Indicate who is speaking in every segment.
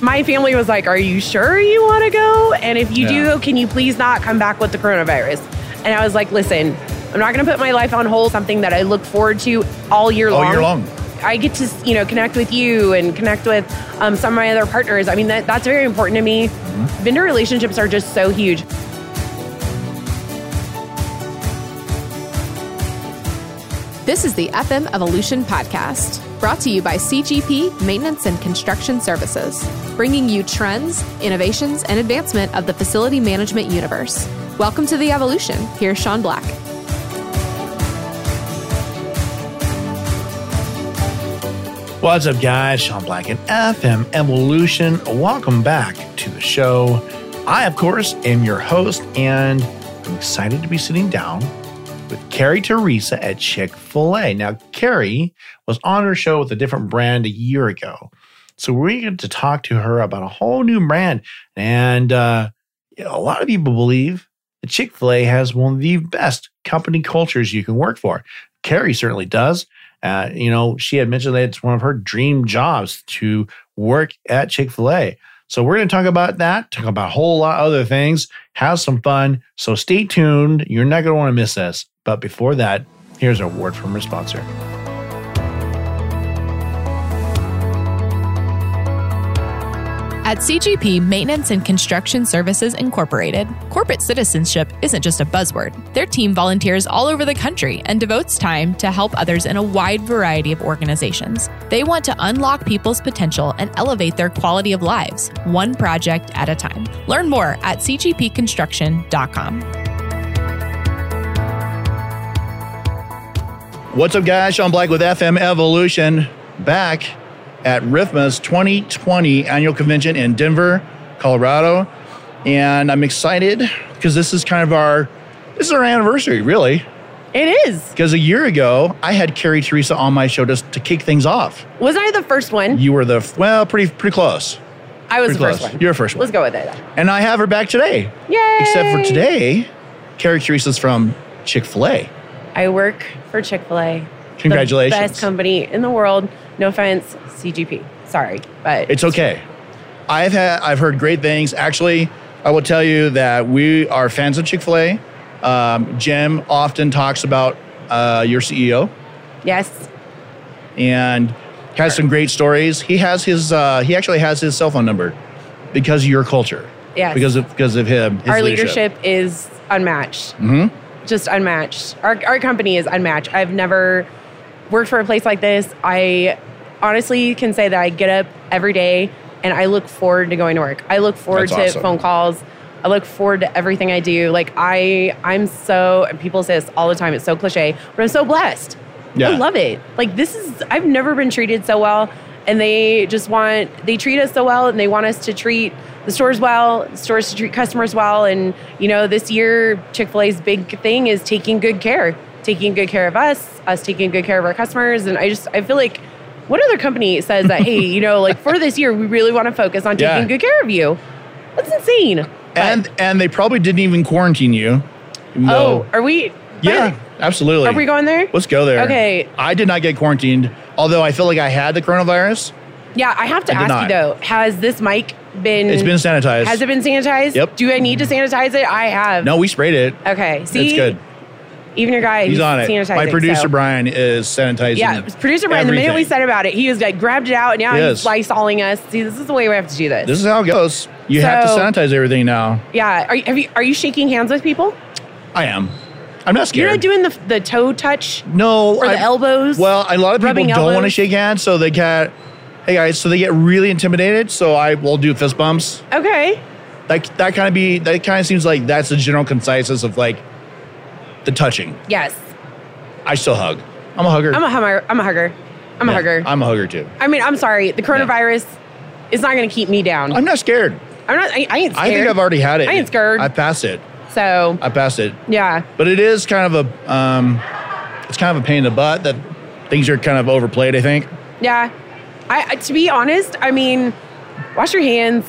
Speaker 1: my family was like, Are you sure you want to go? And if you
Speaker 2: Yeah.
Speaker 1: do, can you please not come back with the coronavirus? And I was like, Listen, I'm not going to put my life on hold, something that I look forward to all year
Speaker 2: All
Speaker 1: long.
Speaker 2: year long.
Speaker 1: I get to, you know, connect with you and connect with um, some of my other partners. I mean, that, that's very important to me.
Speaker 3: Mm-hmm.
Speaker 1: Vendor relationships are just so huge.
Speaker 4: This is the FM Evolution Podcast, brought to you by CGP Maintenance and Construction Services, bringing you trends, innovations, and advancement of the facility management universe. Welcome to the evolution. Here's Sean Black.
Speaker 2: What's up, guys? Sean Black and FM Evolution. Welcome back to the show. I, of course, am your host, and I'm excited to be sitting down with Carrie Teresa at Chick fil A. Now, Carrie was on her show with a different brand a year ago. So, we get to talk to her about a whole new brand. And uh, you know, a lot of people believe that Chick fil A has one of the best company cultures you can work for. Carrie certainly does. Uh, you know, she had mentioned that it's one of her dream jobs to work at Chick fil A. So we're going to talk about that, talk about a whole lot of other things, have some fun. So stay tuned. You're not going to want to miss this. But before that, here's our word from our sponsor.
Speaker 5: At CGP Maintenance and Construction Services Incorporated, corporate citizenship isn't just a buzzword. Their team volunteers all over the country and devotes time to help others in a wide variety of organizations. They want to unlock people's potential and elevate their quality of lives, one project at a time. Learn more at cgpconstruction.com.
Speaker 3: What's up, guys? Sean Black with FM Evolution back at RIFMA's 2020 annual convention in Denver, Colorado. And I'm excited because this is kind of our this is our anniversary, really.
Speaker 1: It is.
Speaker 3: Because a year ago, I had Carrie Teresa on my show just to kick things off.
Speaker 1: Wasn't I the first one?
Speaker 3: You were the well, pretty pretty close,
Speaker 1: I was
Speaker 3: pretty
Speaker 1: the first
Speaker 3: close.
Speaker 1: one.
Speaker 3: You're the first one.
Speaker 1: Let's go with it.
Speaker 3: and I have her back today.
Speaker 1: Yay!
Speaker 3: Except for today, Carrie Teresa's from Chick Fil A.
Speaker 1: I work for Chick fil A.
Speaker 3: Congratulations.
Speaker 1: best company in the world. No offense, CGP. Sorry, but
Speaker 3: It's okay. I've had I've heard great things. Actually, I will tell you that we are fans of Chick Fil A. Um, Jim often talks about uh, your CEO
Speaker 1: yes.
Speaker 3: and has some great stories. He has his uh, he actually has his cell phone number because of your culture.
Speaker 1: Yes.
Speaker 3: Because of because of him. his
Speaker 1: our leadership. is unmatched.
Speaker 3: Mm-hmm.
Speaker 1: Just unmatched. Our, our company is unmatched. I've never worked for a place like this. I honestly can say that I get up every day and I look forward to going to work. I look forward
Speaker 3: That's
Speaker 1: to
Speaker 3: awesome.
Speaker 1: phone calls. I look forward to everything I do. Like I, I'm so. And people say this all the time. It's so cliche, but I'm so blessed.
Speaker 3: Yeah.
Speaker 1: I love it. Like this is. I've never been treated so well, and they just want. They treat us so well, and they want us to treat the stores well, the stores to treat customers well, and you know, this year Chick Fil A's big thing is taking good care, taking good care of us, us taking good care of our customers, and I just, I feel like. What other company says that? hey, you know, like for this year, we really want to focus on
Speaker 3: Yeah.
Speaker 1: taking good care of you. That's insane.
Speaker 3: And and they probably didn't even quarantine you. even
Speaker 1: Oh,
Speaker 3: though-
Speaker 1: are we?
Speaker 3: yeah, absolutely.
Speaker 1: Are we going there?
Speaker 3: Let's go there.
Speaker 1: Okay.
Speaker 3: I did not get quarantined, although I feel like I had the coronavirus.
Speaker 1: Yeah, I have to
Speaker 3: I did
Speaker 1: ask
Speaker 3: not.
Speaker 1: you though. Has this mic been?
Speaker 3: It's been sanitized.
Speaker 1: Mm. Has it been sanitized?
Speaker 3: Yep.
Speaker 1: Do I need to sanitize it? I have.
Speaker 3: No, we sprayed it.
Speaker 1: Okay. See,
Speaker 3: it's good.
Speaker 1: Even your guy,
Speaker 3: He's on it.
Speaker 1: Sanitizing,
Speaker 3: My producer
Speaker 1: so-
Speaker 3: Brian is sanitizing.
Speaker 1: Yeah, producer Brian. The minute we
Speaker 3: everything.
Speaker 1: said about it, he was like grabbed it out, and now
Speaker 3: Yes.
Speaker 1: he's lysoling us. See, this is the way we have to do this.
Speaker 3: this is how it goes. You have to
Speaker 1: So-
Speaker 3: sanitize everything now.
Speaker 1: yeah. Are you, have you are you shaking hands with people?
Speaker 3: I am. I'm not scared.
Speaker 1: You're not doing the the toe touch.
Speaker 3: no
Speaker 1: or the elbows,
Speaker 3: Well, a lot of people
Speaker 1: rubbing
Speaker 3: don't want to
Speaker 1: elbows.
Speaker 3: shake hands, so they get. Hey guys, so they get really intimidated. So I will do fist bumps.
Speaker 1: Okay.
Speaker 3: Like that kind of be that kind of seems like that's the general consensus of like the touching.
Speaker 1: Yes.
Speaker 3: I still hug. I'm a hugger.
Speaker 1: I'm a hummer. I'm a hugger. I'm a
Speaker 3: Yeah,
Speaker 1: hugger. i
Speaker 3: I'm a hugger too.
Speaker 1: mean, I'm sorry. The coronavirus is not going to keep me down.
Speaker 3: I'm not scared.
Speaker 1: I'm not. I, I ain't scared.
Speaker 3: I think I've already had it.
Speaker 1: I ain't scared.
Speaker 3: I passed it.
Speaker 1: So
Speaker 3: I passed it.
Speaker 1: yeah.
Speaker 3: But it is kind of a um, it's kind of a pain in the butt that things are kind of overplayed. I think.
Speaker 1: Yeah. I I- to be honest, I mean, wash your hands.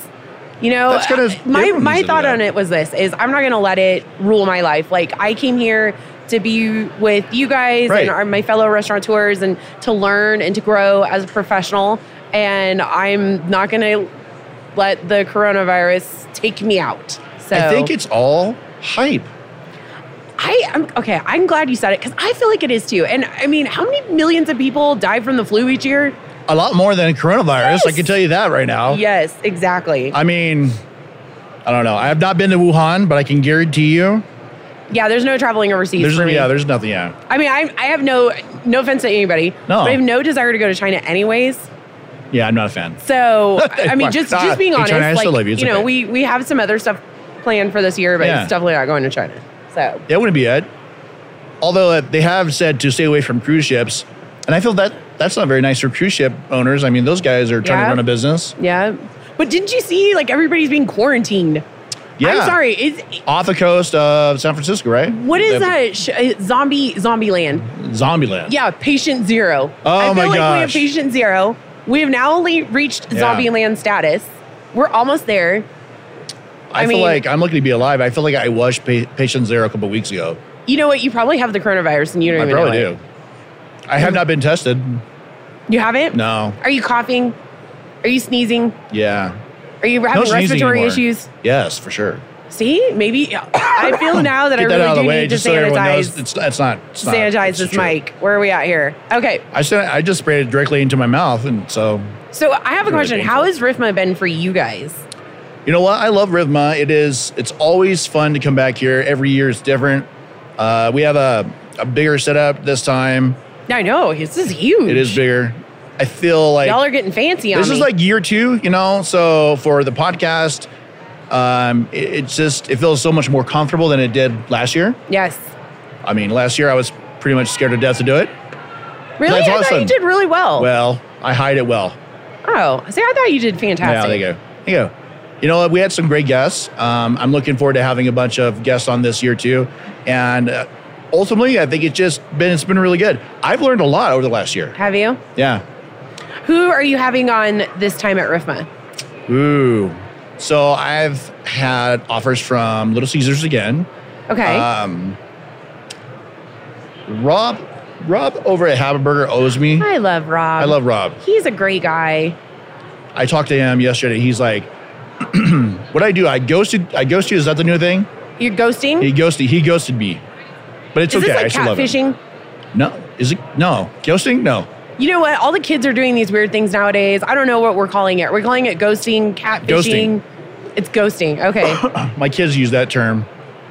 Speaker 1: You know,
Speaker 3: That's gonna-
Speaker 1: I- my
Speaker 3: everyone needs
Speaker 1: my
Speaker 3: to do
Speaker 1: thought
Speaker 3: that.
Speaker 1: on it was this: is I'm not gonna let it rule my life. Like I came here to be with you guys
Speaker 3: Right.
Speaker 1: and our, my fellow restaurateurs, and to learn and to grow as a professional. And I'm not gonna let the coronavirus take me out. So
Speaker 3: I think it's all hype.
Speaker 1: I am okay. I'm glad you said it because I feel like it is too. And I mean, how many millions of people die from the flu each year?
Speaker 3: A lot more than coronavirus. I
Speaker 1: Yes.
Speaker 3: can tell you that right now.
Speaker 1: Yes, exactly.
Speaker 3: Oh. I mean, I don't know. I have not been to Wuhan, but I can guarantee you
Speaker 1: yeah, there's no traveling overseas
Speaker 3: there's
Speaker 1: for me.
Speaker 3: yeah, there's nothing. Yeah.
Speaker 1: I mean, I, I have no no offense to anybody,
Speaker 3: No.
Speaker 1: but I have no desire to go to China anyways.
Speaker 3: Yeah, I'm not a fan.
Speaker 1: So I mean, just
Speaker 3: Ah,
Speaker 1: just being
Speaker 3: hey,
Speaker 1: honest,
Speaker 3: China, I
Speaker 1: like
Speaker 3: still love you. It's
Speaker 1: know,
Speaker 3: okay.
Speaker 1: we we have some other stuff planned for this year, but
Speaker 3: Yeah.
Speaker 1: it's definitely not going to China. So
Speaker 3: That wouldn't be it. Although uh, they have said to stay away from cruise ships, and I feel that that's not very nice for cruise ship owners. I mean, those guys are trying to
Speaker 1: Yeah.
Speaker 3: run a business.
Speaker 1: yeah, but didn't you see like everybody's being quarantined?
Speaker 3: Yeah.
Speaker 1: I'm sorry. Is
Speaker 3: Off the coast of San Francisco, right?
Speaker 1: what is
Speaker 3: They have
Speaker 1: that sh- uh, zombie zombie land?
Speaker 3: Zombieland.
Speaker 1: Yeah, patient zero.
Speaker 3: Oh
Speaker 1: I feel
Speaker 3: my
Speaker 1: like we have
Speaker 3: gosh.
Speaker 1: patient zero. We have now only reached
Speaker 3: Yeah.
Speaker 1: zombie land status. We're almost there.
Speaker 3: I,
Speaker 1: I
Speaker 3: feel
Speaker 1: mean-
Speaker 3: like I'm lucky to be alive. I feel like I was pa- patient zero a couple weeks ago.
Speaker 1: You know what? You probably have the coronavirus and you don't
Speaker 3: I
Speaker 1: even
Speaker 3: probably
Speaker 1: know it.
Speaker 3: do. I have not been tested.
Speaker 1: You haven't?
Speaker 3: No.
Speaker 1: Are you coughing? Are you sneezing?
Speaker 3: Yeah.
Speaker 1: Are you having
Speaker 3: sneezing
Speaker 1: respiratory
Speaker 3: anymore.
Speaker 1: issues?
Speaker 3: Yes, for sure.
Speaker 1: See, maybe I feel now that I
Speaker 3: Get
Speaker 1: really
Speaker 3: that out of
Speaker 1: do
Speaker 3: the way
Speaker 1: need to
Speaker 3: just so everyone knows
Speaker 1: sanitize,
Speaker 3: it's, it's not. It's not
Speaker 1: sanitize
Speaker 3: it's
Speaker 1: this
Speaker 3: true.
Speaker 1: mic. Where are we at here? Okay,
Speaker 3: I said I just sprayed it directly into my mouth, and so
Speaker 1: so I have a
Speaker 3: Really
Speaker 1: question.
Speaker 3: painful.
Speaker 1: How has Rifma been for you guys?
Speaker 3: You know what? I love Rhythma. It is. It's always fun to come back here. Every year is different. Uh, we have a, a bigger setup this time.
Speaker 1: Now I know this is huge.
Speaker 3: It is bigger. I feel like
Speaker 1: Y'all are getting fancy on
Speaker 3: this
Speaker 1: me.
Speaker 3: is like year two. You know, so for the podcast, um, it, it's just it feels so much more comfortable than it did last year.
Speaker 1: yes,
Speaker 3: I mean, last year I was pretty much scared to death to do it.
Speaker 1: really.
Speaker 3: That's
Speaker 1: I thought
Speaker 3: awesome.
Speaker 1: you did really well.
Speaker 3: Well, I hide it well.
Speaker 1: oh, see, I thought you did fantastic.
Speaker 3: Yeah, they go. They go. You know what? We had some great guests. Um, I'm looking forward to having a bunch of guests on this year too. And uh, ultimately, I think it's just been it's been really good. I've learned a lot over the last year.
Speaker 1: Have you?
Speaker 3: Yeah.
Speaker 1: Who are you having on this time at Rifma?
Speaker 3: Ooh. So I've had offers from Little Caesars again.
Speaker 1: Okay,
Speaker 3: Um, Rob, Rob over at Haberburger owes me.
Speaker 1: I love Rob.
Speaker 3: I love Rob.
Speaker 1: He's a great guy.
Speaker 3: I talked to him yesterday. He's like, "What I do? I ghosted. I ghost you. Is that the new thing?
Speaker 1: You're ghosting.
Speaker 3: He ghosted. He ghosted me. But it's
Speaker 1: is
Speaker 3: okay.
Speaker 1: this
Speaker 3: I
Speaker 1: like
Speaker 3: still love him.
Speaker 1: catfishing?
Speaker 3: No, is it? No, ghosting? No,
Speaker 1: You know what? All the kids are doing these weird things nowadays. I don't know what we're calling it. We're calling it ghosting, catfishing. It's ghosting. Okay.
Speaker 3: my kids use that term.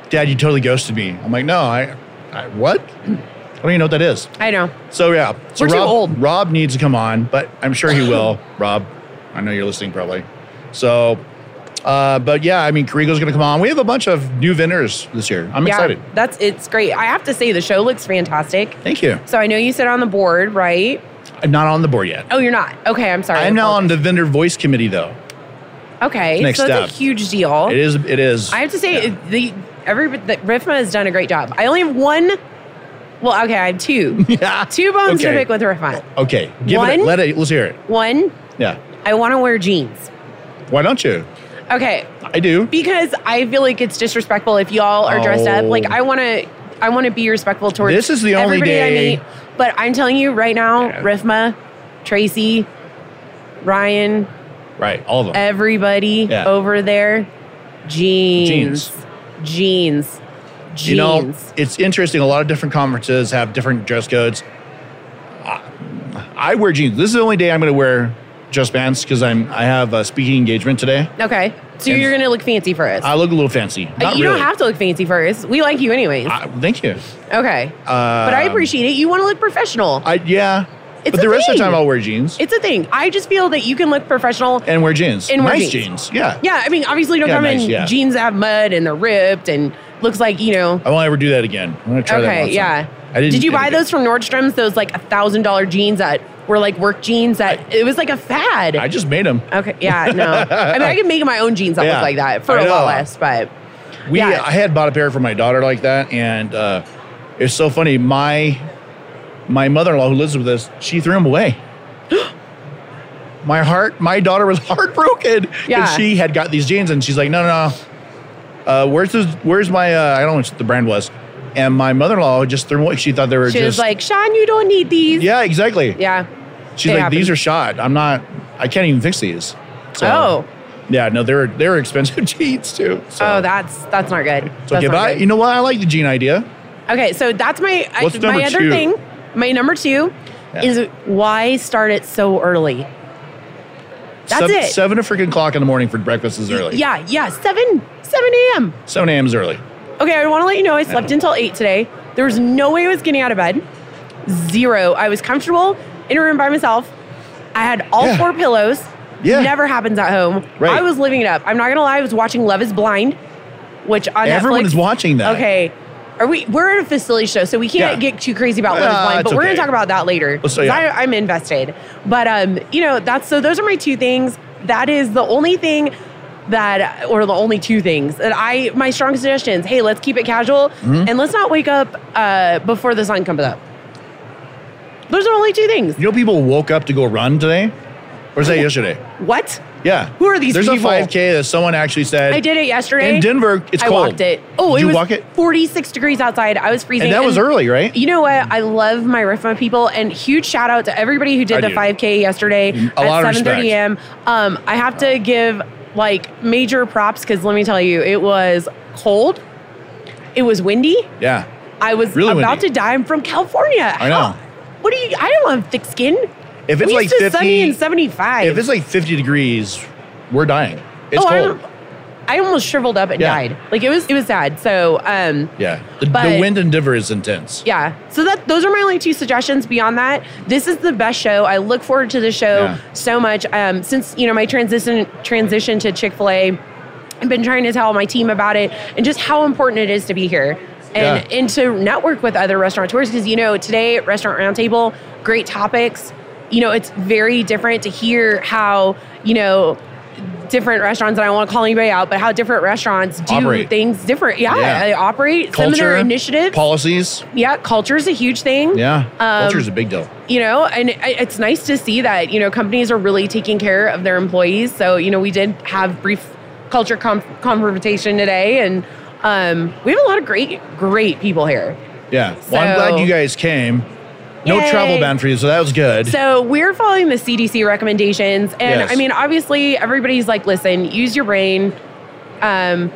Speaker 3: Dad, you totally ghosted me. I'm like, no, I, I what? I don't even know what that is.
Speaker 1: I know.
Speaker 3: So yeah, so
Speaker 1: We're too
Speaker 3: Rob,
Speaker 1: old.
Speaker 3: Rob needs to come on, but I'm sure he will. Rob, I know you're listening probably. So, uh, but yeah, I mean, Carrigo's going to come on. We have a bunch of new vendors this year. I'm excited.
Speaker 1: That's it's great. I have to say the show looks fantastic.
Speaker 3: Thank you.
Speaker 1: So I know you sit on the board, right?
Speaker 3: I'm not on the board yet.
Speaker 1: Oh, you're not. Okay, I'm sorry.
Speaker 3: I'm now on the vendor voice committee though.
Speaker 1: Okay,
Speaker 3: next
Speaker 1: so that's
Speaker 3: step.
Speaker 1: a huge deal.
Speaker 3: It is. It is.
Speaker 1: I have to say the every the Rifma has done a great job. I only have one. Well, okay, I have two.
Speaker 3: Yeah.
Speaker 1: Two bones
Speaker 3: Okay.
Speaker 1: to pick with Rifma.
Speaker 3: Okay, give it. A,
Speaker 1: One?
Speaker 3: let it. Let's hear it.
Speaker 1: One,
Speaker 3: Yeah.
Speaker 1: I want to wear jeans.
Speaker 3: Why don't you?
Speaker 1: Okay,
Speaker 3: I do.
Speaker 1: because I feel like it's disrespectful if y'all are dressed up.
Speaker 3: Oh.
Speaker 1: Like I want to, I want to be respectful towards.
Speaker 3: This is the only
Speaker 1: everybody
Speaker 3: day-
Speaker 1: I meet. But I'm telling you right now,
Speaker 3: Yeah.
Speaker 1: Rifma, Tracy, Ryan,
Speaker 3: Right. All of them.
Speaker 1: everybody
Speaker 3: Yeah.
Speaker 1: over there, jeans,
Speaker 3: Jeans.
Speaker 1: jeans, jeans.
Speaker 3: You know, it's interesting. A lot of different conferences have different dress codes. I, I wear jeans. This is the only day I'm going to wear just pants because I'm I have a speaking engagement today.
Speaker 1: okay, so
Speaker 3: And-
Speaker 1: you're gonna look fancy for us.
Speaker 3: I look a little fancy.
Speaker 1: Uh,
Speaker 3: Not
Speaker 1: you
Speaker 3: really.
Speaker 1: don't have to look fancy for us. We like you anyways.
Speaker 3: I, thank you.
Speaker 1: okay, but I
Speaker 3: Um,
Speaker 1: appreciate it. You want to look professional.
Speaker 3: I yeah.
Speaker 1: It's
Speaker 3: but
Speaker 1: a
Speaker 3: the rest of the
Speaker 1: thing.
Speaker 3: time I'll wear jeans
Speaker 1: it's a thing. I just feel that you can look professional
Speaker 3: and wear jeans.
Speaker 1: And wear
Speaker 3: nice
Speaker 1: jeans.
Speaker 3: Yeah.
Speaker 1: Yeah, I mean, obviously, don't
Speaker 3: Yeah,
Speaker 1: come
Speaker 3: nice,
Speaker 1: in
Speaker 3: yeah.
Speaker 1: jeans that have mud and they're ripped and looks like you know.
Speaker 3: I won't ever do that again. I'm going to try Oh, that. one
Speaker 1: okay,
Speaker 3: time.
Speaker 1: yeah.
Speaker 3: I didn't.
Speaker 1: Did you
Speaker 3: I
Speaker 1: buy
Speaker 3: didn't-
Speaker 1: those from Nordstrom's? Those like a thousand dollar jeans that were like work jeans that it was like a fad.
Speaker 3: I just made them.
Speaker 1: okay, yeah, no. I mean, I could make my own jeans that
Speaker 3: Yeah,
Speaker 1: look like that for
Speaker 3: I
Speaker 1: a
Speaker 3: know.
Speaker 1: lot less, but
Speaker 3: We,
Speaker 1: Yeah.
Speaker 3: I had bought a pair for my daughter like that, and uh, it's so funny. My my mother in law who lives with us, she threw them away. my heart, my daughter was heartbroken because
Speaker 1: Yeah.
Speaker 3: she had got these jeans, and she's like, "No, no, no. Uh, where's this? Where's my? Uh, I don't know what the brand was." And my mother in law just threw them away. She thought they were
Speaker 1: she
Speaker 3: just
Speaker 1: was like, "Sean, you don't need these."
Speaker 3: "Yeah, exactly."
Speaker 1: yeah.
Speaker 3: she's
Speaker 1: they
Speaker 3: like, "These
Speaker 1: happen.
Speaker 3: are shot. I'm not. I can't even fix these." So,
Speaker 1: oh,
Speaker 3: Yeah, no, they're they're expensive jeans too. So.
Speaker 1: Oh, that's that's not good.
Speaker 3: So,
Speaker 1: That's
Speaker 3: okay, but
Speaker 1: not
Speaker 3: I,
Speaker 1: good.
Speaker 3: you know what? I like the jean idea.
Speaker 1: Okay, so that's my I,
Speaker 3: What's number
Speaker 1: my other
Speaker 3: two?
Speaker 1: thing. My number two
Speaker 3: Yeah.
Speaker 1: is why start it so early? That's
Speaker 3: seven,
Speaker 1: it.
Speaker 3: Seven a freaking clock in the morning for breakfast is early.
Speaker 1: Yeah, yeah, seven seven a.m.
Speaker 3: seven a.m. is early.
Speaker 1: Okay, I want to let you know I slept until eight today. There was no way I was getting out of bed. Zero. I was comfortable in a room by myself. I had all
Speaker 3: Yeah.
Speaker 1: four pillows.
Speaker 3: Yeah.
Speaker 1: Never happens at home.
Speaker 3: Right.
Speaker 1: I was living it up. I'm not gonna lie. I was watching Love Is Blind, which on
Speaker 3: Everyone
Speaker 1: Netflix-
Speaker 3: is watching that.
Speaker 1: Okay. Are we? We're at a facility show, so we can't
Speaker 3: Yeah.
Speaker 1: get too crazy about
Speaker 3: Ah,
Speaker 1: Love Is Blind,
Speaker 3: it's
Speaker 1: but we're gonna
Speaker 3: okay.
Speaker 1: talk about that later.
Speaker 3: Well, so,
Speaker 1: 'Cause
Speaker 3: yeah.
Speaker 1: I, I'm invested. But um, you know, that's so. Those are my two things. That is the only thing that, or the only two things that I my strong suggestions. Hey, let's keep it casual
Speaker 3: Mm-hmm.
Speaker 1: and let's not wake up uh, before the sun comes up. Those are the only two things.
Speaker 3: You know, people woke up to go run today, or was that yesterday?
Speaker 1: What?
Speaker 3: Yeah.
Speaker 1: Who are these
Speaker 3: There's
Speaker 1: people?
Speaker 3: a 5K that someone actually said.
Speaker 1: I did it yesterday
Speaker 3: In Denver, it's
Speaker 1: I
Speaker 3: cold.
Speaker 1: walked it. Oh,
Speaker 3: Did
Speaker 1: it
Speaker 3: you
Speaker 1: was
Speaker 3: walk it?
Speaker 1: 46 degrees outside. I was freezing.
Speaker 3: And that was early, right?
Speaker 1: You know what? I love my Riffma people, and huge shout out to everybody who did
Speaker 3: I
Speaker 1: the
Speaker 3: do.
Speaker 1: 5K yesterday
Speaker 3: A
Speaker 1: at
Speaker 3: lot of
Speaker 1: 7:30 a.m. Um, I have to give like major props because let me tell you, it was cold. It was windy.
Speaker 3: Yeah.
Speaker 1: I was
Speaker 3: Really
Speaker 1: about
Speaker 3: windy.
Speaker 1: to die. I'm from California.
Speaker 3: I know.
Speaker 1: How- What do you? I don't have thick skin.
Speaker 3: If it's
Speaker 1: we
Speaker 3: like
Speaker 1: used to
Speaker 3: 50
Speaker 1: sunny and 75.
Speaker 3: If it's like 50 degrees, we're dying. It's
Speaker 1: oh,
Speaker 3: cold.
Speaker 1: I, I almost shriveled up and
Speaker 3: Yeah.
Speaker 1: died. Like it was, it was sad. So, um,
Speaker 3: yeah. The, the
Speaker 1: But-
Speaker 3: wind in Denver is intense.
Speaker 1: yeah. So that those are my only two suggestions. Beyond that, this is the best show. I look forward to the show
Speaker 3: Yeah.
Speaker 1: so much. Um, since you know my transition transition to Chick Fil A, I've been trying to tell my team about it and just how important it is to be here and
Speaker 3: Yeah.
Speaker 1: and to network with other restaurateurs because you know today at Restaurant Roundtable, great topics. You know, it's very different to hear how you know different restaurants. And I don't want to call anybody out, but how different restaurants do
Speaker 3: Operate.
Speaker 1: things different. Yeah,
Speaker 3: Yeah.
Speaker 1: they operate.
Speaker 3: Culture,
Speaker 1: some of their initiatives
Speaker 3: policies.
Speaker 1: yeah, culture is a huge thing.
Speaker 3: Yeah.
Speaker 1: Um,
Speaker 3: Culture is a big deal.
Speaker 1: You know, and it- it's nice to see that, you know, companies are really taking care of their employees. So, you know, we did have brief culture com- confrontation today and um, we have a lot of great, great people here.
Speaker 3: Yeah. well, I'm glad
Speaker 1: so-
Speaker 3: you guys came. No
Speaker 1: Yay.
Speaker 3: travel ban for you, so that was good.
Speaker 1: So we're following the CDC recommendations. And
Speaker 3: Yes.
Speaker 1: I mean, obviously, everybody's like, listen, use your brain. Um,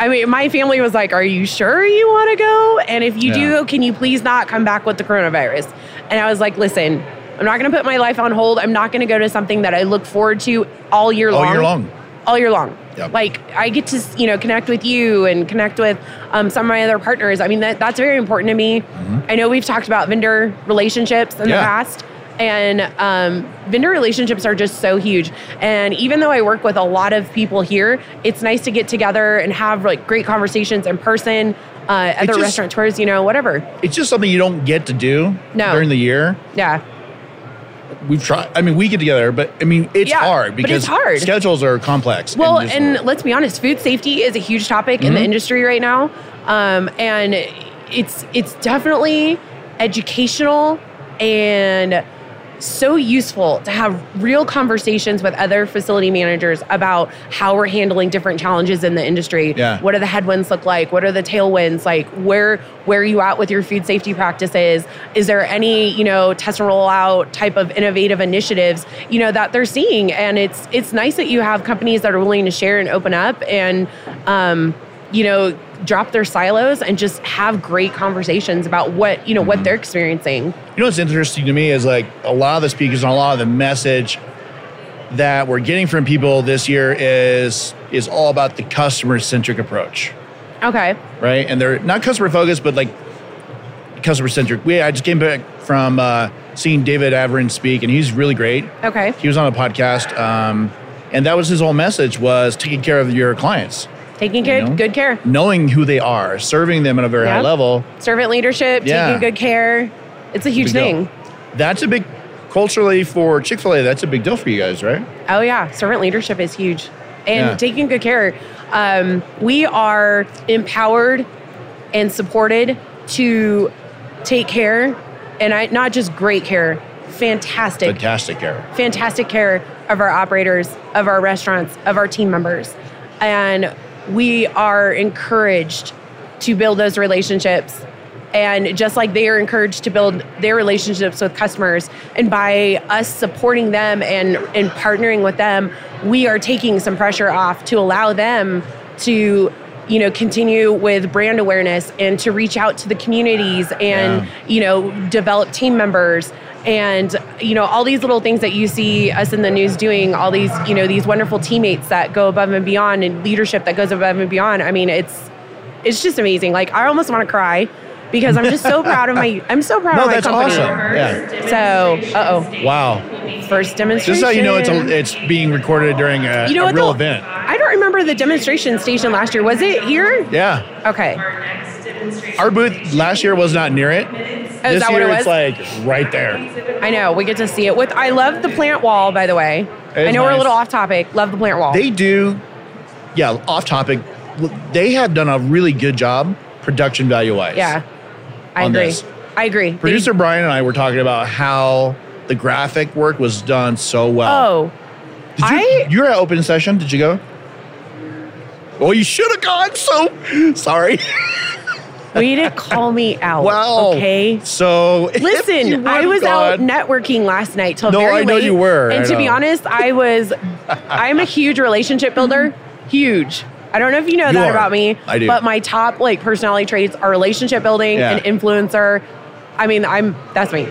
Speaker 1: I mean, my family was like, are you sure you want to go? And if you
Speaker 3: Yeah.
Speaker 1: do, can you please not come back with the coronavirus? And I was like, listen, I'm not going to put my life on hold. I'm not going to go to something that I look forward to all year
Speaker 3: All
Speaker 1: long.
Speaker 3: year long.
Speaker 1: All year long.
Speaker 3: Yep.
Speaker 1: Like I get to you know connect with you and connect with um, some of my other partners. I mean that that's very important to me.
Speaker 3: Mm-hmm.
Speaker 1: I know we've talked about vendor relationships in
Speaker 3: Yeah.
Speaker 1: the past, and um, vendor relationships are just so huge. And even though I work with a lot of people here, it's nice to get together and have like great conversations in person. Uh, other
Speaker 3: just-
Speaker 1: restaurateurs, you know, whatever.
Speaker 3: It's just something you don't get to do
Speaker 1: No.
Speaker 3: during the year.
Speaker 1: Yeah,
Speaker 3: We've tried. I mean, we get together, but I mean, it's
Speaker 1: Yeah,
Speaker 3: hard
Speaker 1: but
Speaker 3: because
Speaker 1: it's hard.
Speaker 3: schedules are complex.
Speaker 1: Well,
Speaker 3: just- Mm-hmm.
Speaker 1: and let's be honest, food safety is a huge topic in the industry right now, um, and it's it's definitely educational and so useful to have real conversations with other facility managers about how we're handling different challenges in the industry.
Speaker 3: Yeah.
Speaker 1: What do the headwinds look like? What are the tailwinds like? Where where are you at with your food safety practices? Is there any you know test and rollout type of innovative initiatives you know that they're seeing? And it's it's nice that you have companies that are willing to share and open up and um, you know drop their silos and just have great conversations about what you know what they're experiencing.
Speaker 3: You know what's interesting to me is like a lot of the speakers and a lot of the message that we're getting from people this year is is all about the customer centric approach,
Speaker 1: Okay.
Speaker 3: right? And they're not customer focused, but like customer centric. We I just came back from uh, seeing David Averin speak, and he's really great.
Speaker 1: Okay.
Speaker 3: He was on a podcast, um, and that was his whole message was taking care of your clients,
Speaker 1: Taking good
Speaker 3: know?
Speaker 1: good care.
Speaker 3: knowing who they are, serving them at a very high
Speaker 1: Yep.
Speaker 3: level.
Speaker 1: Servant leadership,
Speaker 3: Yeah.
Speaker 1: taking good care. It's a huge
Speaker 3: Big deal.
Speaker 1: thing.
Speaker 3: That's a big culturally for Chick Fil A. That's a big deal for you guys, right?
Speaker 1: Oh yeah, servant leadership is huge, and
Speaker 3: Yeah.
Speaker 1: taking good care. Um, we are empowered and supported to take care, and I not just great care, fantastic,
Speaker 3: Fantastic care.
Speaker 1: fantastic care of our operators, of our restaurants, of our team members, and we are encouraged to build those relationships And just like they are encouraged to build their relationships with customers, and by us supporting them and, and partnering with them, we are taking some pressure off to allow them to you know continue with brand awareness and to reach out to the communities and you know develop team members and you know all these little things that you see us in the news doing all these you know these wonderful teammates that go above and beyond and leadership that goes above and beyond i mean it's it's just amazing like i almost want to cry because i'm just so proud of my i'm so proud
Speaker 3: No,
Speaker 1: of my
Speaker 3: that's
Speaker 1: company
Speaker 3: awesome. Yeah.
Speaker 1: so uh-oh
Speaker 3: Wow.
Speaker 1: first demonstration
Speaker 3: This is how you know it's a, it's being recorded during a,
Speaker 1: you know
Speaker 3: a
Speaker 1: what
Speaker 3: real
Speaker 1: though?
Speaker 3: event.
Speaker 1: i don't remember the demonstration station last year was it here
Speaker 3: Yeah.
Speaker 1: okay
Speaker 3: Our booth last year was not near it.
Speaker 1: Oh, is
Speaker 3: this
Speaker 1: that what
Speaker 3: year
Speaker 1: it was?
Speaker 3: it's like right there.
Speaker 1: I know we get to see it with. I love the plant wall, by the way.
Speaker 3: It is
Speaker 1: I know we're a
Speaker 3: nice.
Speaker 1: little off topic. Love the plant wall.
Speaker 3: They do, yeah, off topic. They have done a really good job production value wise.
Speaker 1: yeah, I
Speaker 3: On
Speaker 1: agree.
Speaker 3: this.
Speaker 1: I agree. They-
Speaker 3: Producer Brian and I were talking about how the graphic work was done so well.
Speaker 1: oh,
Speaker 3: Did you,
Speaker 1: I-
Speaker 3: you were at open session. Did you go? Well, you should have gone. So sorry.
Speaker 1: way to call me out.
Speaker 3: Wow.
Speaker 1: Oh, Okay.
Speaker 3: So if you
Speaker 1: Listen,
Speaker 3: would
Speaker 1: I
Speaker 3: have
Speaker 1: was out
Speaker 3: gone-
Speaker 1: networking last night till
Speaker 3: No,
Speaker 1: very
Speaker 3: I know
Speaker 1: late.
Speaker 3: you were.
Speaker 1: And
Speaker 3: I
Speaker 1: to be
Speaker 3: know.
Speaker 1: honest, I was. I'm a huge relationship builder. Huge. I don't know if you know
Speaker 3: You
Speaker 1: that
Speaker 3: are.
Speaker 1: about me.
Speaker 3: I do.
Speaker 1: But my top like personality traits are relationship building
Speaker 3: Yeah.
Speaker 1: and influencer. I mean, I'm that's me.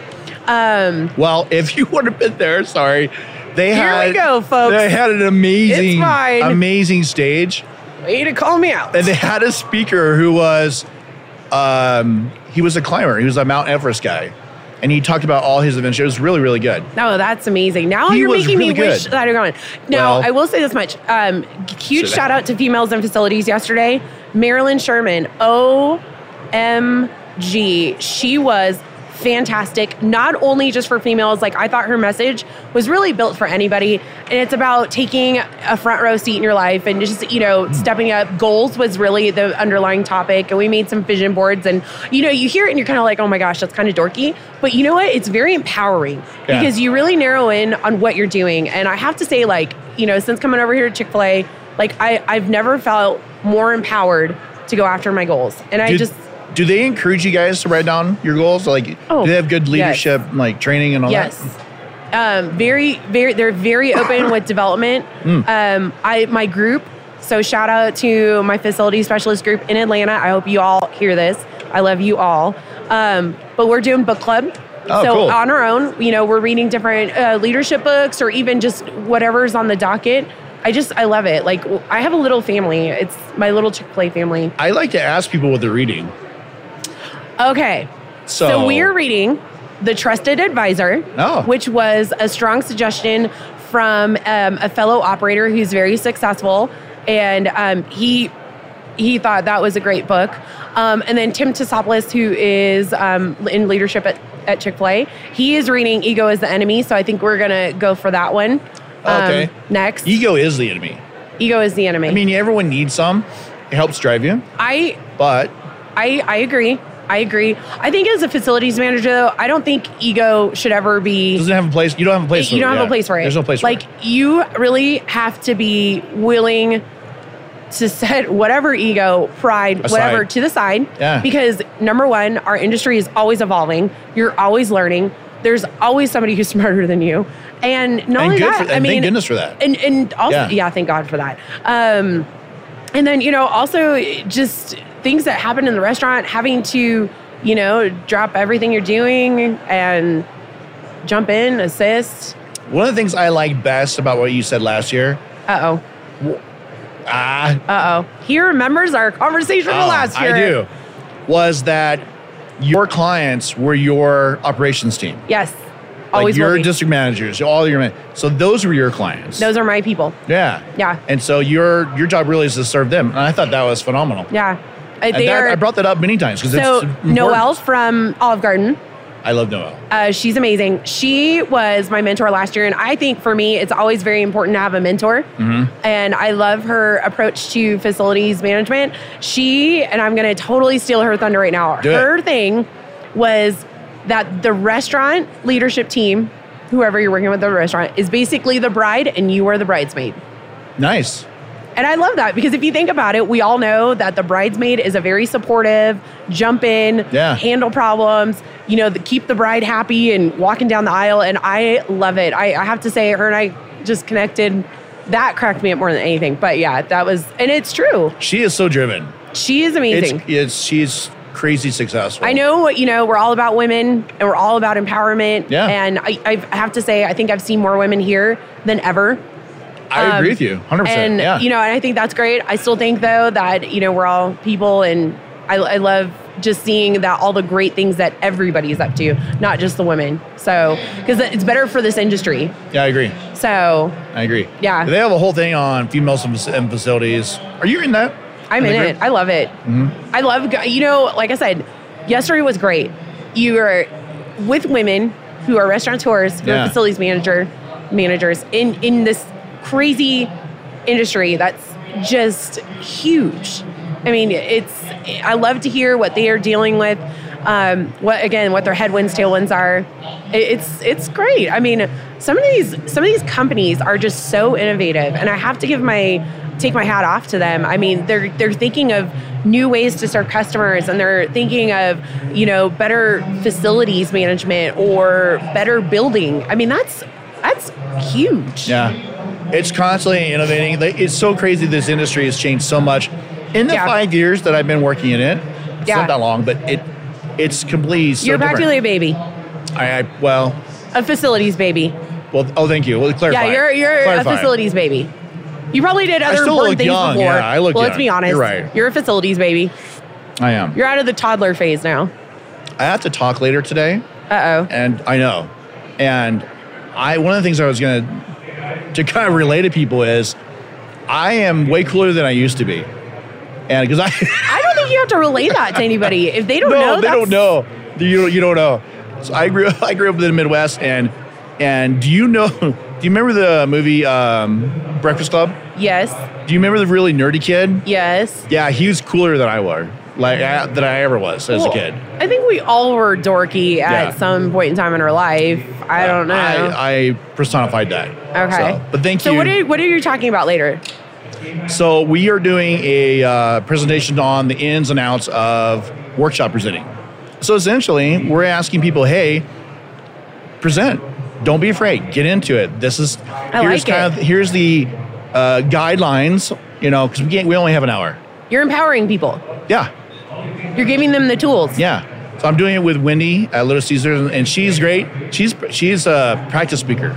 Speaker 1: Um,
Speaker 3: Well, if you would have been there, sorry. They
Speaker 1: Here
Speaker 3: had
Speaker 1: we go, folks.
Speaker 3: They had an amazing,
Speaker 1: It's fine.
Speaker 3: amazing stage,
Speaker 1: way to call me out.
Speaker 3: and they had a speaker who was, um, he was a climber. He was a Mount Everest guy, and he talked about all his adventures. It was really, really good.
Speaker 1: No, that's amazing. Now
Speaker 3: He
Speaker 1: you're
Speaker 3: was
Speaker 1: making me
Speaker 3: really
Speaker 1: wish
Speaker 3: good.
Speaker 1: that I'd gone. Now,
Speaker 3: Well-
Speaker 1: I will say this much. Um, g- huge
Speaker 3: Sit
Speaker 1: shout
Speaker 3: down.
Speaker 1: out to females in facilities yesterday. Marilyn Sherman, OMG. She was fantastic, not only just for females. Like, I thought her message was really built for anybody. And it's about taking a front row seat in your life and just, you
Speaker 3: Hmm.
Speaker 1: know, stepping up. Goals was really the underlying topic. And we made some vision boards. And, you know, you hear it and you're kind of like, oh my gosh, that's kind of dorky. But you know what? It's very empowering
Speaker 3: Yeah.
Speaker 1: because you really narrow in on what you're doing. And I have to say, like, you know, since coming over here to Chick fil A, like, I, I've never felt more empowered to go after my goals. And I
Speaker 3: do,
Speaker 1: just,
Speaker 3: do they encourage you guys to write down your goals? Like,
Speaker 1: Oh,
Speaker 3: do they have good
Speaker 1: yes.
Speaker 3: leadership, like training and all that?
Speaker 1: yes. Um, very, very, they're very open with development.
Speaker 3: Hmm.
Speaker 1: Um, I, my group, so shout out to my facility specialist group in Atlanta. I hope you all hear this. I love you all. Um, but we're doing book club.
Speaker 3: Oh,
Speaker 1: so
Speaker 3: cool.
Speaker 1: on on our own. You know, we're reading different uh, leadership books or even just whatever's on the docket. I just, I love it. Like, w- I have a little family. It's my little Chick fil A family.
Speaker 3: I like to ask people what they're reading.
Speaker 1: Okay.
Speaker 3: So,
Speaker 1: So we are reading The Trusted Advisor,
Speaker 3: Oh.
Speaker 1: which was a strong suggestion from um, a fellow operator who's very successful. And um, he he thought that was a great book. Um, and then Tim Tisopoulos, who is um, in leadership at, at Chick fil A, he is reading Ego is the Enemy. So I think we're going to go for that one. um,
Speaker 3: Okay.
Speaker 1: next,
Speaker 3: ego is the enemy.
Speaker 1: Ego is the Enemy.
Speaker 3: I mean, everyone needs some. It helps drive you,
Speaker 1: I
Speaker 3: but
Speaker 1: I, I agree. I agree. I think as a facilities manager, though, I don't think ego should ever be.
Speaker 3: doesn't have a place. You don't have a place. for
Speaker 1: you
Speaker 3: it,
Speaker 1: don't have
Speaker 3: yeah.
Speaker 1: a place for it.
Speaker 3: There's no place.
Speaker 1: Like
Speaker 3: for it.
Speaker 1: you really have to be willing to set whatever ego, pride,
Speaker 3: Aside.
Speaker 1: whatever to the side.
Speaker 3: Yeah.
Speaker 1: Because number one, our industry is always evolving. You're always learning. There's always somebody who's smarter than you. And not only
Speaker 3: good
Speaker 1: that,
Speaker 3: for-
Speaker 1: I
Speaker 3: and
Speaker 1: mean,
Speaker 3: thank goodness for that.
Speaker 1: And and also,
Speaker 3: Yeah.
Speaker 1: yeah, thank God for that. Um, and then, you know, also just things that happen in the restaurant, having to, you know, drop everything you're doing and jump in, assist.
Speaker 3: One of the things I like best about what you said last year,
Speaker 1: Uh oh.
Speaker 3: ah,
Speaker 1: Uh oh. He remembers our conversation from
Speaker 3: oh,
Speaker 1: last year.
Speaker 3: I do, was that your clients were your operations team, Like
Speaker 1: Yes. Always
Speaker 3: your
Speaker 1: will be.
Speaker 3: district managers, all your man- so those were your clients.
Speaker 1: Those are my people.
Speaker 3: yeah,
Speaker 1: Yeah.
Speaker 3: And so your your job really is to serve them, and I thought that was phenomenal.
Speaker 1: Yeah. Uh,
Speaker 3: And
Speaker 1: They
Speaker 3: that,
Speaker 1: are.
Speaker 3: I brought that up many times because
Speaker 1: so
Speaker 3: it's important.
Speaker 1: Noelle from Olive Garden,
Speaker 3: I love Noel.
Speaker 1: uh, she's amazing. She was my mentor last year, and I think for me, it's always very important to have a mentor.
Speaker 3: Mm-hmm.
Speaker 1: And I love her approach to facilities management. She and I'm going to totally steal her thunder right now.
Speaker 3: Do it.
Speaker 1: her thing was that the restaurant leadership team, whoever you're working with at the restaurant, is basically the bride, and you are the bridesmaid.
Speaker 3: Nice.
Speaker 1: And I love that because if you think about it, we all know that the bridesmaid is a very supportive, jump in,
Speaker 3: Yeah.
Speaker 1: handle problems, you know, the, keep the bride happy and walking down the aisle. And I love it. I, I have to say, her and I just connected. That cracked me up more than anything. But yeah, that was, and it's true.
Speaker 3: She is so driven.
Speaker 1: She is amazing.
Speaker 3: It's, it's she's crazy successful.
Speaker 1: I know, you know, we're all about women and we're all about empowerment.
Speaker 3: Yeah.
Speaker 1: And I, I have to say, I think I've seen more women here than ever.
Speaker 3: I
Speaker 1: Um,
Speaker 3: agree with you, hundred percent.
Speaker 1: And,
Speaker 3: Yeah,
Speaker 1: you know, and I think that's great. I still think, though, that, you know, we're all people and I, I love just seeing that all the great things that everybody's up to, not just the women. So, because it's better for this industry.
Speaker 3: yeah, I agree.
Speaker 1: So,
Speaker 3: I agree.
Speaker 1: Yeah.
Speaker 3: They have a whole thing on females in fac- in facilities. Are you in that?
Speaker 1: I'm in
Speaker 3: the
Speaker 1: it.
Speaker 3: group?
Speaker 1: I love it.
Speaker 3: Mm-hmm.
Speaker 1: I love, g- you know, like I said, yesterday was great. You are with women who are restaurateurs, who
Speaker 3: Yeah.
Speaker 1: are facilities manager, managers in, in this crazy industry that's just huge. I mean, it's, I love to hear what they are dealing with. Um, what again? What their headwinds, tailwinds are? It- It's it's great. I mean, some of these some of these companies are just so innovative, and I have to give my take my hat off to them. I mean, they're they're thinking of new ways to serve customers and they're thinking of, you know, better facilities management or better building. I mean, that's that's huge.
Speaker 3: Yeah. It's constantly innovating. Like, It's so crazy this industry has changed so much. In the
Speaker 1: Yeah.
Speaker 3: five years that I've been working in it, it's
Speaker 1: Yeah.
Speaker 3: not that long, but it it's completely so
Speaker 1: You're practically a baby,
Speaker 3: different. I, I well,
Speaker 1: a facilities baby.
Speaker 3: well. Oh, thank you. Well, clarify.
Speaker 1: Yeah, you're you're
Speaker 3: Clarify.
Speaker 1: a facilities baby. You probably did other
Speaker 3: still
Speaker 1: important
Speaker 3: look
Speaker 1: things
Speaker 3: young.
Speaker 1: before.
Speaker 3: Yeah, I look
Speaker 1: well, let's
Speaker 3: young.
Speaker 1: be honest.
Speaker 3: You're right.
Speaker 1: You're a facilities baby.
Speaker 3: I am.
Speaker 1: You're out of the toddler phase now.
Speaker 3: I have to talk later today,
Speaker 1: Uh oh.
Speaker 3: and I know. And I one of the things I was gonna to kind of relate to people is I am way cooler than I used to be, and because I.
Speaker 1: I don't think you have to relate that to anybody. If they don't
Speaker 3: no,
Speaker 1: know,
Speaker 3: they
Speaker 1: that's,
Speaker 3: don't know. You you don't know. So I grew I grew up in the Midwest, and and do you know? Do you remember the movie um, Breakfast Club?
Speaker 1: Yes,
Speaker 3: Do you remember the really nerdy kid?
Speaker 1: yes.
Speaker 3: Yeah, he was cooler than I were, like I, than I ever was as
Speaker 1: Well,
Speaker 3: a kid.
Speaker 1: I think we all were dorky at
Speaker 3: Yeah.
Speaker 1: some point in time in our life. I don't know.
Speaker 3: I, I personified that.
Speaker 1: okay.
Speaker 3: So, but thank
Speaker 1: so
Speaker 3: you.
Speaker 1: what are what are you talking about later?
Speaker 3: so we are doing a uh, presentation on the ins and outs of workshop presenting. So essentially, we're asking people, hey, present. Don't be afraid. Get into it. This is here's
Speaker 1: like it.
Speaker 3: kind of here's the uh, guidelines. You know, because we can't. We only have an hour.
Speaker 1: You're empowering people.
Speaker 3: Yeah,
Speaker 1: You're giving them the tools.
Speaker 3: yeah. So I'm doing it with Wendy at Little Caesars, and she's great. She's she's a practice speaker,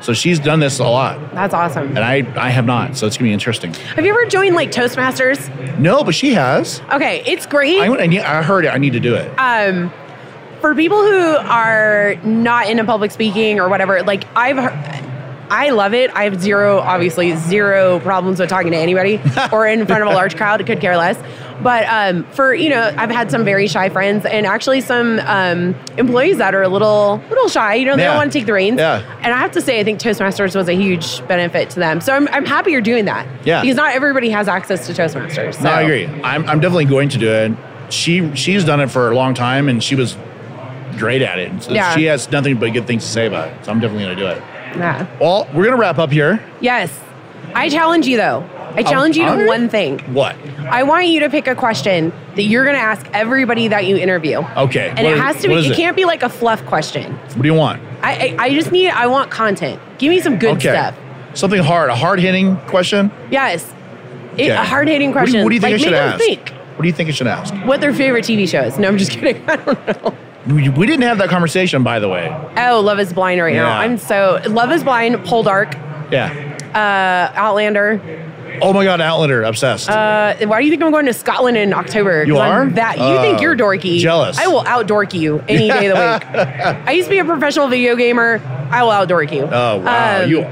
Speaker 3: so she's done this a lot,
Speaker 1: That's awesome.
Speaker 3: and I I have not. So it's gonna be interesting.
Speaker 1: Have you ever joined like Toastmasters?
Speaker 3: No, but she has.
Speaker 1: Okay, it's great.
Speaker 3: I, I, need, I heard it. I need to do it.
Speaker 1: um for people who are not into public speaking or whatever like i've heard, i love it i have zero obviously zero problems with talking to anybody or in front of a large crowd could care less but um, for you know i've had some very shy friends and actually some um, employees that are a little little shy you know they
Speaker 3: Yeah.
Speaker 1: don't want to take the reins
Speaker 3: Yeah.
Speaker 1: and i have to say i think toastmasters was a huge benefit to them so i'm, I'm happy you're doing that
Speaker 3: Yeah.
Speaker 1: because not everybody has access to toastmasters so.
Speaker 3: No, I agree. I'm, I'm definitely going to do it. She she's done it for a long time and she was great at it. So
Speaker 1: Yeah.
Speaker 3: She has nothing but good things to say about it. So I'm definitely going to do it.
Speaker 1: yeah
Speaker 3: Well, we're going to wrap up here.
Speaker 1: Yes. I challenge you though. I challenge you to
Speaker 3: alright.
Speaker 1: one thing.
Speaker 3: What?
Speaker 1: I want you to pick a question that you're going to ask everybody that you interview.
Speaker 3: Okay.
Speaker 1: And
Speaker 3: What-
Speaker 1: it has to
Speaker 3: what
Speaker 1: be,
Speaker 3: is
Speaker 1: it,
Speaker 3: it?
Speaker 1: can't be like a fluff question.
Speaker 3: What do you want?
Speaker 1: I, I, I just need, I want content. Give me some good stuff.
Speaker 3: Something hard, a hard hitting question.
Speaker 1: Yes. It,
Speaker 3: Okay.
Speaker 1: A hard hitting
Speaker 3: What do
Speaker 1: question.
Speaker 3: you- What do, you think
Speaker 1: like,
Speaker 3: I should
Speaker 1: make them
Speaker 3: ask?
Speaker 1: think
Speaker 3: What do you think I should ask?
Speaker 1: what their favorite TV show is. No, I'm just kidding. I don't know.
Speaker 3: We, we didn't have that conversation, by the way.
Speaker 1: Oh, Love is Blind right
Speaker 3: Yeah.
Speaker 1: now. I'm so, Love is Blind, Pole Dark,
Speaker 3: Yeah.
Speaker 1: uh, Outlander.
Speaker 3: Oh my God, Outlander, obsessed.
Speaker 1: Uh, why do you think I'm going to Scotland in October? 'Cause
Speaker 3: You
Speaker 1: I'm
Speaker 3: are?
Speaker 1: that you
Speaker 3: Oh,
Speaker 1: think you're dorky.
Speaker 3: jealous.
Speaker 1: I will outdork you any day of the week. I used to be a professional video gamer. I will outdork you.
Speaker 3: oh wow,
Speaker 1: Um,
Speaker 3: you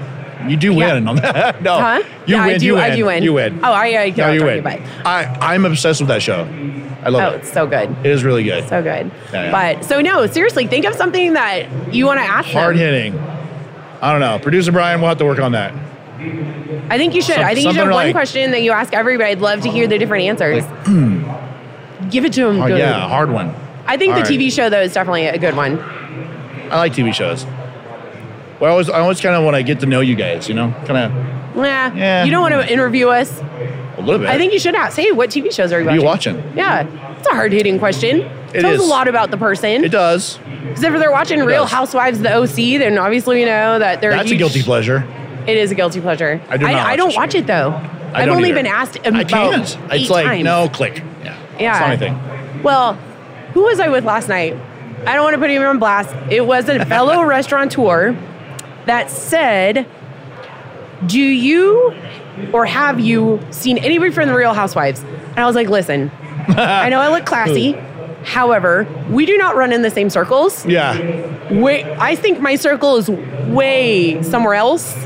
Speaker 3: you do
Speaker 1: yeah.
Speaker 3: win on that. no,
Speaker 1: huh?
Speaker 3: you
Speaker 1: yeah,
Speaker 3: win.
Speaker 1: I do.
Speaker 3: you win.
Speaker 1: I do win.
Speaker 3: You win.
Speaker 1: Oh, I, I can
Speaker 3: no,
Speaker 1: outdork
Speaker 3: you
Speaker 1: you,
Speaker 3: win.
Speaker 1: but
Speaker 3: I I'm obsessed with that show. I
Speaker 1: oh,
Speaker 3: love it.
Speaker 1: it's so good.
Speaker 3: It is really good.
Speaker 1: So good.
Speaker 3: Yeah, yeah.
Speaker 1: But so no, seriously, think of something that you want to ask
Speaker 3: Hard
Speaker 1: them.
Speaker 3: hitting. I don't know. Producer Brian, we'll have to work on that.
Speaker 1: I think you should.
Speaker 3: Some-
Speaker 1: I think you should have
Speaker 3: something
Speaker 1: one
Speaker 3: like-
Speaker 1: question that you ask everybody. I'd love to hear the different answers. Give it to them.
Speaker 3: hmm. Oh, yeah, hard one.
Speaker 1: I think the
Speaker 3: All right.
Speaker 1: TV show though is definitely a good one.
Speaker 3: I like TV shows. Well, I always, I always kind of want to get to know you guys, you know, kind of
Speaker 1: Nah,
Speaker 3: Yeah.
Speaker 1: you don't want to interview us.
Speaker 3: A little bit.
Speaker 1: I think you should ask, hey, what TV shows are you
Speaker 3: What are
Speaker 1: watching?
Speaker 3: you watching?
Speaker 1: Yeah, it's a hard hitting question.
Speaker 3: It
Speaker 1: Tells
Speaker 3: is.
Speaker 1: a lot about the person.
Speaker 3: It does.
Speaker 1: Because if they're watching Real
Speaker 3: does.
Speaker 1: Housewives of the OC, then obviously we know that they're
Speaker 3: That's a
Speaker 1: huge-
Speaker 3: guilty pleasure.
Speaker 1: It is a guilty pleasure.
Speaker 3: I do not
Speaker 1: I,
Speaker 3: watch
Speaker 1: don't
Speaker 3: the
Speaker 1: watch
Speaker 3: show.
Speaker 1: it though.
Speaker 3: I
Speaker 1: have
Speaker 3: don't
Speaker 1: only
Speaker 3: either.
Speaker 1: been asked about
Speaker 3: I can't.
Speaker 1: eight
Speaker 3: It's like
Speaker 1: times.
Speaker 3: no click. Yeah.
Speaker 1: Yeah.
Speaker 3: It's not anything.
Speaker 1: Well, who was I with last night? I don't want to put him on blast. It was a fellow restaurateur that said, Do you or have you seen anybody from the Real Housewives? And I was like, Listen, I know I look classy. However, we do not run in the same circles.
Speaker 3: Yeah.
Speaker 1: Wait, I think my circle is way somewhere else,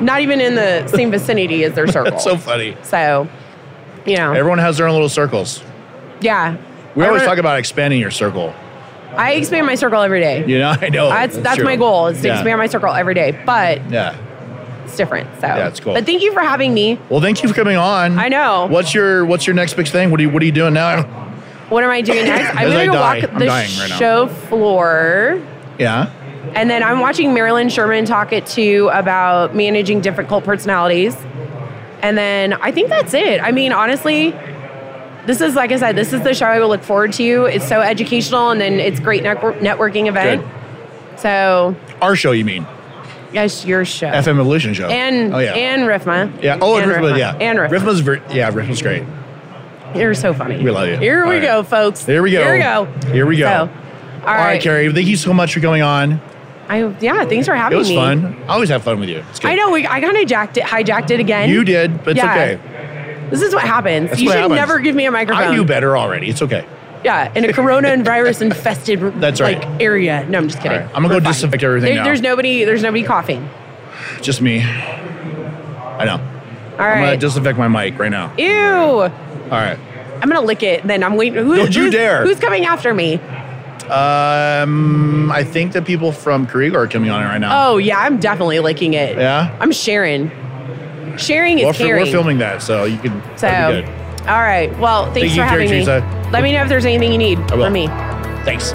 Speaker 1: not even in the same vicinity as their circle.
Speaker 3: That's so funny.
Speaker 1: So, you know,
Speaker 3: Everyone has their own little circles.
Speaker 1: yeah.
Speaker 3: We
Speaker 1: I
Speaker 3: always
Speaker 1: wanna-
Speaker 3: talk about expanding your circle.
Speaker 1: I expand my circle every day.
Speaker 3: You know, I know.
Speaker 1: That's that's,
Speaker 3: true.
Speaker 1: my goal is to
Speaker 3: yeah.
Speaker 1: expand my circle every day, but
Speaker 3: Yeah.
Speaker 1: it's different. So
Speaker 3: Yeah, it's cool.
Speaker 1: But thank you for having me.
Speaker 3: Well, thank you for coming on.
Speaker 1: I know.
Speaker 3: What's your What's your next big thing? What are you What are you doing now?
Speaker 1: What am I doing next? I'm
Speaker 3: As
Speaker 1: gonna
Speaker 3: I
Speaker 1: go
Speaker 3: die,
Speaker 1: walk
Speaker 3: I'm
Speaker 1: the
Speaker 3: dying right now.
Speaker 1: show floor.
Speaker 3: Yeah.
Speaker 1: And then I'm watching Marilyn Sherman talk at two about managing difficult personalities. And then I think that's it. I mean, honestly, this is like I said, this is the show I will look forward to. It's so educational, and then it's great network networking event. So,
Speaker 3: Our show, you mean?
Speaker 1: yes, your show
Speaker 3: FM Evolution show.
Speaker 1: and
Speaker 3: oh yeah.
Speaker 1: and Rifma.
Speaker 3: yeah. Oh, and
Speaker 1: and
Speaker 3: Rhythma, yeah.
Speaker 1: and Rifma.
Speaker 3: Rhythma's ver- yeah, Rhythma's great.
Speaker 1: You're so funny.
Speaker 3: We love you.
Speaker 1: Here we
Speaker 3: All right.
Speaker 1: go, folks.
Speaker 3: There we go.
Speaker 1: Here we go.
Speaker 3: Here we go.
Speaker 1: So,
Speaker 3: all
Speaker 1: all
Speaker 3: right.
Speaker 1: right,
Speaker 3: Carrie. Thank you so much for coming on.
Speaker 1: I yeah, thanks for
Speaker 3: It
Speaker 1: having
Speaker 3: was
Speaker 1: me.
Speaker 3: fun. I always have fun with you. It's good.
Speaker 1: I know we, I kind of jacked it, hijacked it again.
Speaker 3: You did, but it's
Speaker 1: Yeah.
Speaker 3: okay.
Speaker 1: This is what happens.
Speaker 3: That's
Speaker 1: you
Speaker 3: what
Speaker 1: should
Speaker 3: happens.
Speaker 1: never give me a microphone.
Speaker 3: I knew better already. It's okay.
Speaker 1: Yeah, in a corona and virus infested
Speaker 3: That's right.
Speaker 1: like area. No, I'm just kidding.
Speaker 3: All right, I'm gonna go
Speaker 1: We're fine.
Speaker 3: disinfect everything
Speaker 1: There-
Speaker 3: now.
Speaker 1: There's nobody. There's nobody coughing.
Speaker 3: Just me. I know.
Speaker 1: All
Speaker 3: I'm gonna
Speaker 1: right.
Speaker 3: disinfect my mic right now.
Speaker 1: Ew. I'm
Speaker 3: All right.
Speaker 1: gonna lick it. Then I'm waiting. Who,
Speaker 3: Don't you
Speaker 1: who's-
Speaker 3: dare.
Speaker 1: Who's coming after me?
Speaker 3: Um, I think the people from Korea are coming on it right now.
Speaker 1: Oh yeah, I'm definitely licking it.
Speaker 3: Yeah?
Speaker 1: I'm sharing. Sharing is
Speaker 3: we're,
Speaker 1: caring.
Speaker 3: we're filming that, so you can.
Speaker 1: So,
Speaker 3: that'd be
Speaker 1: all right. Well, thanks
Speaker 3: you,
Speaker 1: for
Speaker 3: Carrie
Speaker 1: having me.
Speaker 3: Teresa.
Speaker 1: Let me know if there's anything you need
Speaker 3: will.
Speaker 1: from me.
Speaker 3: good. Thanks.